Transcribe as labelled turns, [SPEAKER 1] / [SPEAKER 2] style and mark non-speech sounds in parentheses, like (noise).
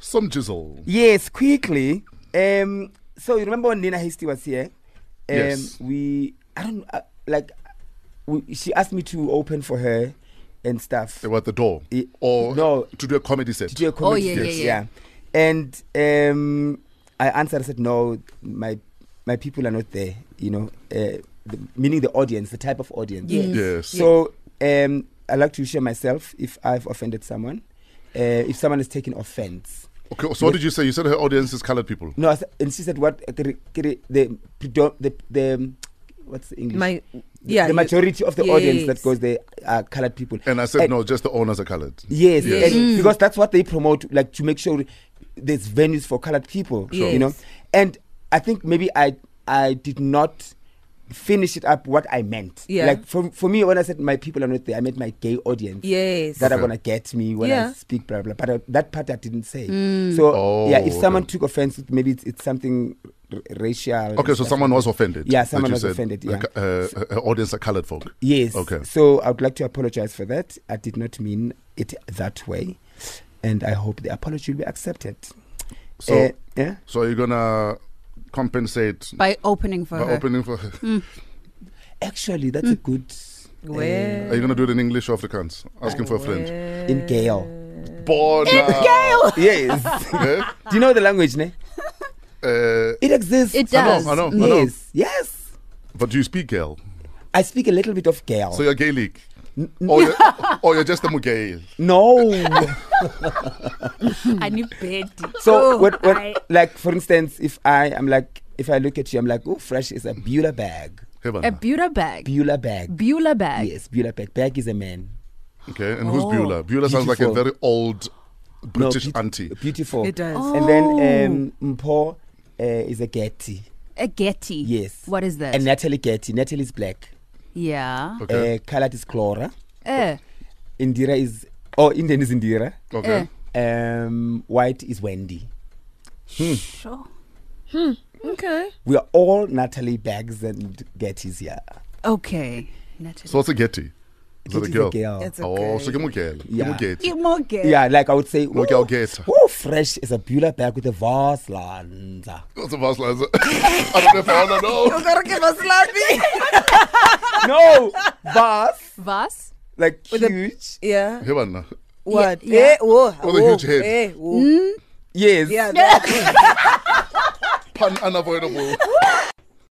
[SPEAKER 1] some jizzle.
[SPEAKER 2] Yes, quickly. Um, so you remember when Nina Hasty was here? Um,
[SPEAKER 1] Yes.
[SPEAKER 2] We, I don't uh, like. We, she asked me to open for her and stuff.
[SPEAKER 1] They were at the door.
[SPEAKER 2] I-
[SPEAKER 1] or
[SPEAKER 2] no.
[SPEAKER 1] to do a comedy set.
[SPEAKER 2] To do a comedy
[SPEAKER 3] Oh, yeah,
[SPEAKER 2] sketch,
[SPEAKER 3] yeah, yeah.
[SPEAKER 2] And um, I answered. I said, "No, my my people are not there. You know, uh, the, meaning the audience, the type of audience.
[SPEAKER 3] Yes.
[SPEAKER 1] Yes.
[SPEAKER 2] So um, I like to share myself if I've offended someone, uh, if someone has taken offense.
[SPEAKER 1] Okay, so what did you say? You said her audience is colored people.
[SPEAKER 2] No, I s- and she said what uh, the the the, predom- the, the um, what's the English?
[SPEAKER 3] My, yeah.
[SPEAKER 2] the
[SPEAKER 3] you-
[SPEAKER 2] majority of the audience that
[SPEAKER 3] Yes.
[SPEAKER 2] goes there are colored people.
[SPEAKER 1] And I said,
[SPEAKER 2] And-
[SPEAKER 1] no, just the owners are colored.
[SPEAKER 2] Yes,
[SPEAKER 1] Yes.
[SPEAKER 3] Mm.
[SPEAKER 2] and because that's what they promote, like to make sure there's venues for colored people.
[SPEAKER 3] Sure.
[SPEAKER 2] You know,
[SPEAKER 3] Yes.
[SPEAKER 2] and I think maybe I I did not finish it up what I meant.
[SPEAKER 3] Yeah.
[SPEAKER 2] Like for for me, when I said my people are not there, I meant my gay audience.
[SPEAKER 3] Yes.
[SPEAKER 2] That are
[SPEAKER 1] Okay.
[SPEAKER 2] gonna get me when I
[SPEAKER 3] Yeah. Mm.
[SPEAKER 2] speak, blah blah. But I, that part I didn't say. So yeah,
[SPEAKER 1] Oh,
[SPEAKER 2] if someone
[SPEAKER 1] okay.
[SPEAKER 2] took offense, maybe it's, it's something r- racial. and
[SPEAKER 1] Okay, so
[SPEAKER 2] stuff.
[SPEAKER 1] someone was offended.
[SPEAKER 2] Yeah,
[SPEAKER 1] that
[SPEAKER 2] someone
[SPEAKER 1] you
[SPEAKER 2] was
[SPEAKER 1] said
[SPEAKER 2] offended,
[SPEAKER 1] the
[SPEAKER 2] yeah.
[SPEAKER 1] co- uh, her audience are colored folk.
[SPEAKER 2] Yes.
[SPEAKER 1] Okay.
[SPEAKER 2] So I would like to apologize for that. I did not mean it that way. And I hope the apology will be accepted.
[SPEAKER 1] So,
[SPEAKER 2] Uh, yeah.
[SPEAKER 1] so you're gonna compensate
[SPEAKER 3] By opening for
[SPEAKER 1] by
[SPEAKER 3] her.
[SPEAKER 1] opening for her.
[SPEAKER 2] Actually, that's a good. uh,
[SPEAKER 3] Hmm. Well.
[SPEAKER 1] Are you gonna do it in English or Afrikaans? Asking for a friend.
[SPEAKER 3] Eh.
[SPEAKER 2] In Gael.
[SPEAKER 1] Bona.
[SPEAKER 3] Gail.
[SPEAKER 2] (laughs) yes.
[SPEAKER 1] Yeah?
[SPEAKER 2] Do you know the language, ne?
[SPEAKER 1] Uh,
[SPEAKER 2] It exists.
[SPEAKER 3] It
[SPEAKER 1] I know,
[SPEAKER 3] does.
[SPEAKER 1] I know.
[SPEAKER 3] Mm.
[SPEAKER 1] I know.
[SPEAKER 2] Yes. Yes.
[SPEAKER 1] but do you speak Gael?
[SPEAKER 2] I speak a little bit of Gael.
[SPEAKER 1] So you're Gaelic? Or
[SPEAKER 2] (laughs)
[SPEAKER 1] you're, or you're just a Mugail?
[SPEAKER 3] (laughs)
[SPEAKER 2] no.
[SPEAKER 3] I need Betty.
[SPEAKER 2] So
[SPEAKER 3] Oh,
[SPEAKER 2] when, when,
[SPEAKER 3] I-
[SPEAKER 2] like for instance, if I am like if I look at you, I'm like, oh, fresh is a Beulah bag.
[SPEAKER 1] Heaven.
[SPEAKER 3] A Beulah bag.
[SPEAKER 2] Beulah bag.
[SPEAKER 3] Beulah bag.
[SPEAKER 2] Yes, Beulah bag. Bag is a man.
[SPEAKER 1] Okay, and who's
[SPEAKER 3] Oh.
[SPEAKER 1] Beulah? Beulah sounds like a
[SPEAKER 2] Beautiful.
[SPEAKER 1] very old
[SPEAKER 2] No, Eh,
[SPEAKER 1] British
[SPEAKER 2] beauti-
[SPEAKER 1] auntie.
[SPEAKER 2] Beautiful.
[SPEAKER 4] It does. Oh.
[SPEAKER 2] And then um, Mpo uh, is a Getty.
[SPEAKER 3] A Getty.
[SPEAKER 2] Yes.
[SPEAKER 3] What is that?
[SPEAKER 2] And Natalie Getty. Natalie is black.
[SPEAKER 3] yeah.
[SPEAKER 1] Okay.
[SPEAKER 2] Uh, colored is Clara.
[SPEAKER 3] Eh.
[SPEAKER 2] Indira is. Oh, Indian is Indira.
[SPEAKER 1] okay.
[SPEAKER 3] eh.
[SPEAKER 2] Um, white is Wendy.
[SPEAKER 1] Hmm.
[SPEAKER 3] Sure.
[SPEAKER 4] Okay.
[SPEAKER 2] We are all Natalie Bags and Gettys here.
[SPEAKER 3] Okay. Natalie.
[SPEAKER 1] So what's a Getty? Is it a
[SPEAKER 2] Getty's
[SPEAKER 1] girl?
[SPEAKER 4] It's a
[SPEAKER 1] Oh, so
[SPEAKER 4] girl.
[SPEAKER 1] give me a girl. Give me
[SPEAKER 2] Yeah.
[SPEAKER 1] a Getty.
[SPEAKER 3] Give more Gail.
[SPEAKER 2] Yeah, like I would say,
[SPEAKER 1] Look,
[SPEAKER 2] "Ooh,
[SPEAKER 1] I'll get her."
[SPEAKER 2] ooh, fresh is a Beulah bag with a Vaslanda.
[SPEAKER 1] What's a Vaslander? (laughs) I don't know if I want to know.
[SPEAKER 4] gotta give us lobby. (laughs)
[SPEAKER 2] no, Vas,
[SPEAKER 3] Was?
[SPEAKER 2] like
[SPEAKER 4] With a-
[SPEAKER 2] huge.
[SPEAKER 4] yeah.
[SPEAKER 1] Heaven.
[SPEAKER 4] What?
[SPEAKER 3] yeah.
[SPEAKER 4] Eh, whoa,
[SPEAKER 1] With a
[SPEAKER 4] whoa,
[SPEAKER 1] huge head.
[SPEAKER 4] eh, whoa.
[SPEAKER 2] yes.
[SPEAKER 4] Yeah. that-
[SPEAKER 1] Pun unavoidable.